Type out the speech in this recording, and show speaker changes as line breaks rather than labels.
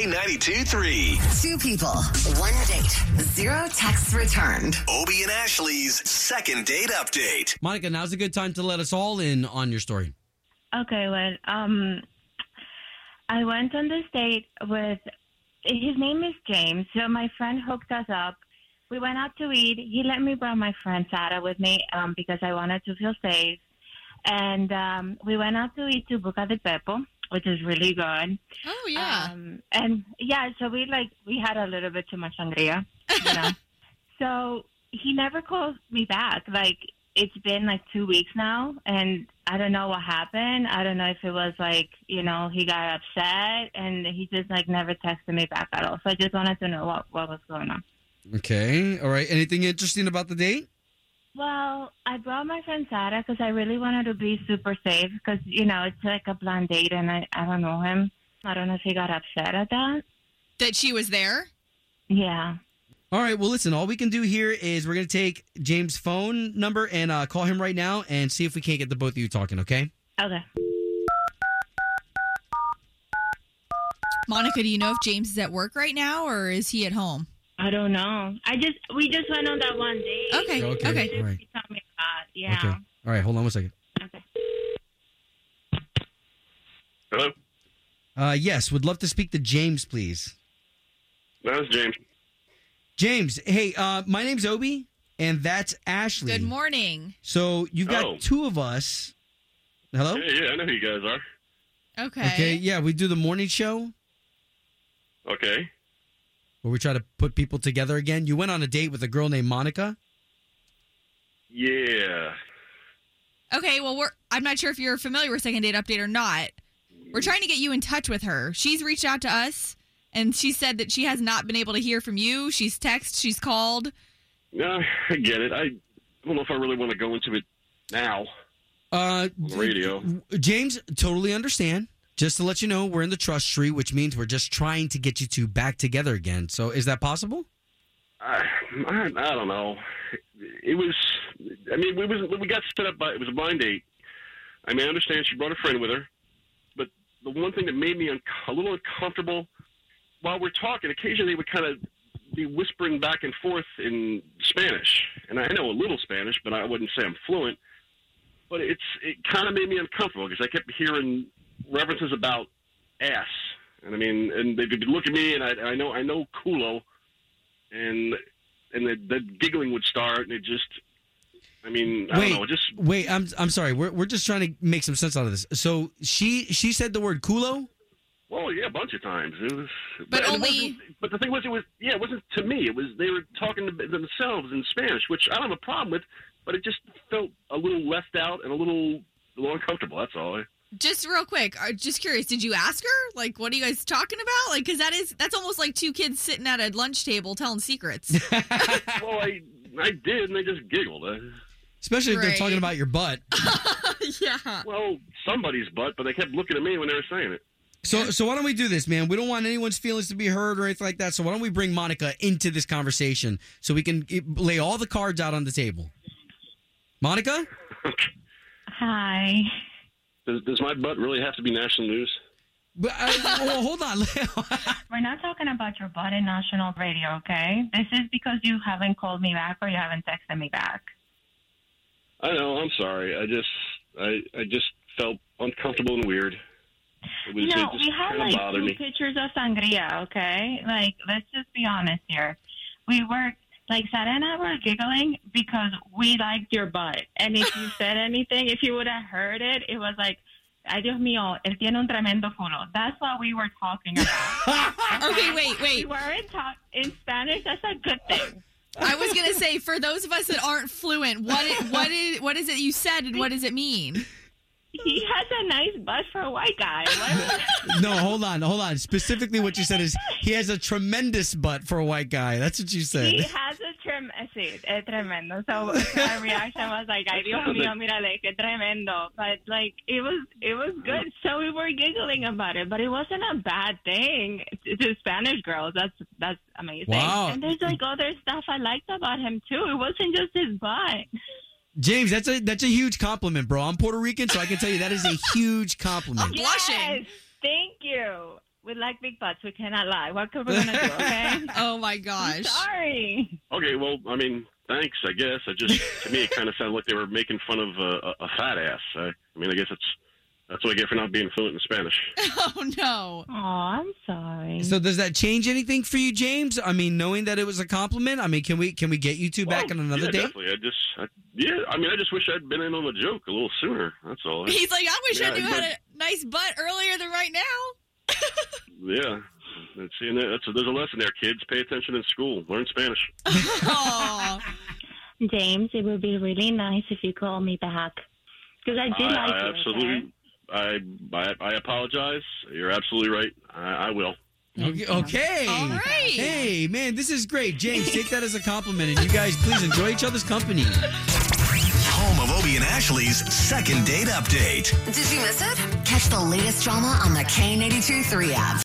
K92 3.
Two people, one date, zero texts returned.
Obie and Ashley's second date update.
Monica, now's a good time to let us all in on your story.
Okay, well, um, I went on this date with his name is James. So my friend hooked us up. We went out to eat. He let me bring my friend Sarah with me um, because I wanted to feel safe. And um, we went out to eat to Boca de Pepo, which is really good.
Oh yeah.
Um, and yeah, so we like we had a little bit too much sangria. You know? so he never calls me back. Like it's been like two weeks now, and I don't know what happened. I don't know if it was like you know he got upset, and he just like never texted me back at all. So I just wanted to know what what was going on.
Okay. All right. Anything interesting about the date?
Well, I brought my friend Sarah because I really wanted to be super safe because, you know, it's like a blind date and I, I don't know him. I don't know if he got upset at that.
that she was there.
Yeah.
All right. Well, listen, all we can do here is we're going to take James' phone number and uh, call him right now and see if we can't get the both of you talking, okay?
Okay.
Monica, do you know if James is at work right now or is he at home?
I don't know. I just we just went on that one date.
Okay,
Okay,
okay.
He
all right.
told me about yeah.
Okay. All right. Hold on one second.
Okay.
Hello,
Uh, yes. Would love to speak to James, please.
that was James.
James, hey, uh, my name's Obi, and that's Ashley.
Good morning.
So you've got
Oh.
two of us. Hello?
Yeah, yeah, I know who you guys are.
Okay.
Okay. Yeah, we do the morning show
Okay.
where we try to put people together again. You went on a date with a girl named Monica.
Yeah.
Okay, well we're I'm not sure if you're familiar with second date update or not. We're trying to get you in touch with her. She's reached out to us and she said that she has not been able to hear from you. She's texted, she's called.
No, I get it. I don't know if I really want to go into it now.
Uh,
On the radio.
James, totally understand. Just to let you know, we're in the trust tree, which means we're just trying to get you two back together again. So is that possible?
I, I, I don't know. It was. I mean, we was we got set up by it was a blind date. I mean, I understand she brought a friend with her, but the one thing that made me un- a little uncomfortable while we're talking, occasionally we kind of be whispering back and forth in Spanish, and I know a little Spanish, but I wouldn't say I'm fluent. But it's it kind of made me uncomfortable because I kept hearing references about ass, and I mean, and they could look at me, and I, I know I know culo and and the, the giggling would start, and it just, I mean, I
Wait.
don't know, it just
Wait, I'm I'm sorry. We're we're just trying to make some sense out of this. So she she said the word culo.
well, yeah, a bunch of times. It was,
But
and it
only-
wasn't- But the thing was, it was yeah, it wasn't to me. It was they were talking to themselves in Spanish, which I don't have a problem with, but it just felt a little left out and a little, a little uncomfortable. That's all.
Just real quick, uh, just curious, did you ask her? Like what are you guys talking about? Like cuz that is that's almost like two kids sitting at a lunch table telling secrets.
well, I I did, and they just giggled. Uh,
Especially if they're
Right.
talking about your butt.
yeah.
well, somebody's butt, but they kept looking at me when they were saying it.
So so why don't we do this, man? We don't want anyone's feelings to be hurt or anything like that. So why don't we bring Monica into this conversation so we can eh, lay all the cards out on the table? Monica?
Hi.
Does, does my butt really have to be national news?
But, uh, well, hold on.
We're not talking about your body national radio, okay? This is because you haven't called me back or you haven't texted me back.
I know. I'm sorry. I just I I just felt uncomfortable and weird. It was
no,
it just
we had
kind of
like
bothered
two
me.
pictures of sangria, okay? Like, let's just be honest here. We were, like, Sarah and I were giggling because we liked your butt. And if you said anything, if you would have heard it, it was like, ay Dios mío, él tiene un tremendo culo. That's what we were talking about.
Okay, wait,
we
wait.
weren't talk- in Spanish. That's a good thing.
I was gonna say for those of us that aren't fluent, what it, what is what is it you said and what does it mean?
He has a nice butt for a white guy. What-
no, hold on, hold on. Specifically, what you said is he has a tremendous butt for a white guy. That's what you said.
He has a trim, sí, es tremendo. So my reaction was like, "Ay Dios mío, mírale, qué tremendo." But like, it was, it was good. So we were giggling about it, but it wasn't a bad thing to- to Spanish girls. That's that's amazing.
Wow.
And there's like other stuff I liked about him too. It wasn't just his butt.
James, that's a that's a huge compliment, bro. I'm Puerto Rican, so I can tell you that is a huge compliment.
Blushing.
Yes, thank you. We like big butts. We cannot lie. What are we gonna do? Okay.
Oh my gosh.
Sorry.
Okay, well, I mean, thanks. I guess I just to me it kind of sounded like they were making fun of uh, a, a fat ass. I, I mean, I guess it's that's what I get for not being fluent in Spanish.
Oh no.
Oh, I'm sorry.
So does that change anything for you, James? I mean, knowing that it was a compliment. I mean, can we can we get you two back
Well,
on another
yeah,
date?
Definitely. I just, I, yeah. I mean, I just wish I'd been in on the joke a little sooner. That's all. I-
He's like, I wish I
Yeah,
knew
but-
had a nice butt earlier than right now.
yeah. That's, and that's there's a lesson there, kids. Pay attention in school. Learn Spanish.
Aw.
James, it would be really nice if you call me back because I
I,
did like
I
you.
absolutely. I, I I apologize. You're absolutely right. I, I will.
Okay. okay.
All right.
Hey, man, this is great. James, take that as a compliment. And you guys, please enjoy each other's company.
Home of Obie and Ashley's second date update.
Did you miss it? Catch the latest drama on the K82 3 app.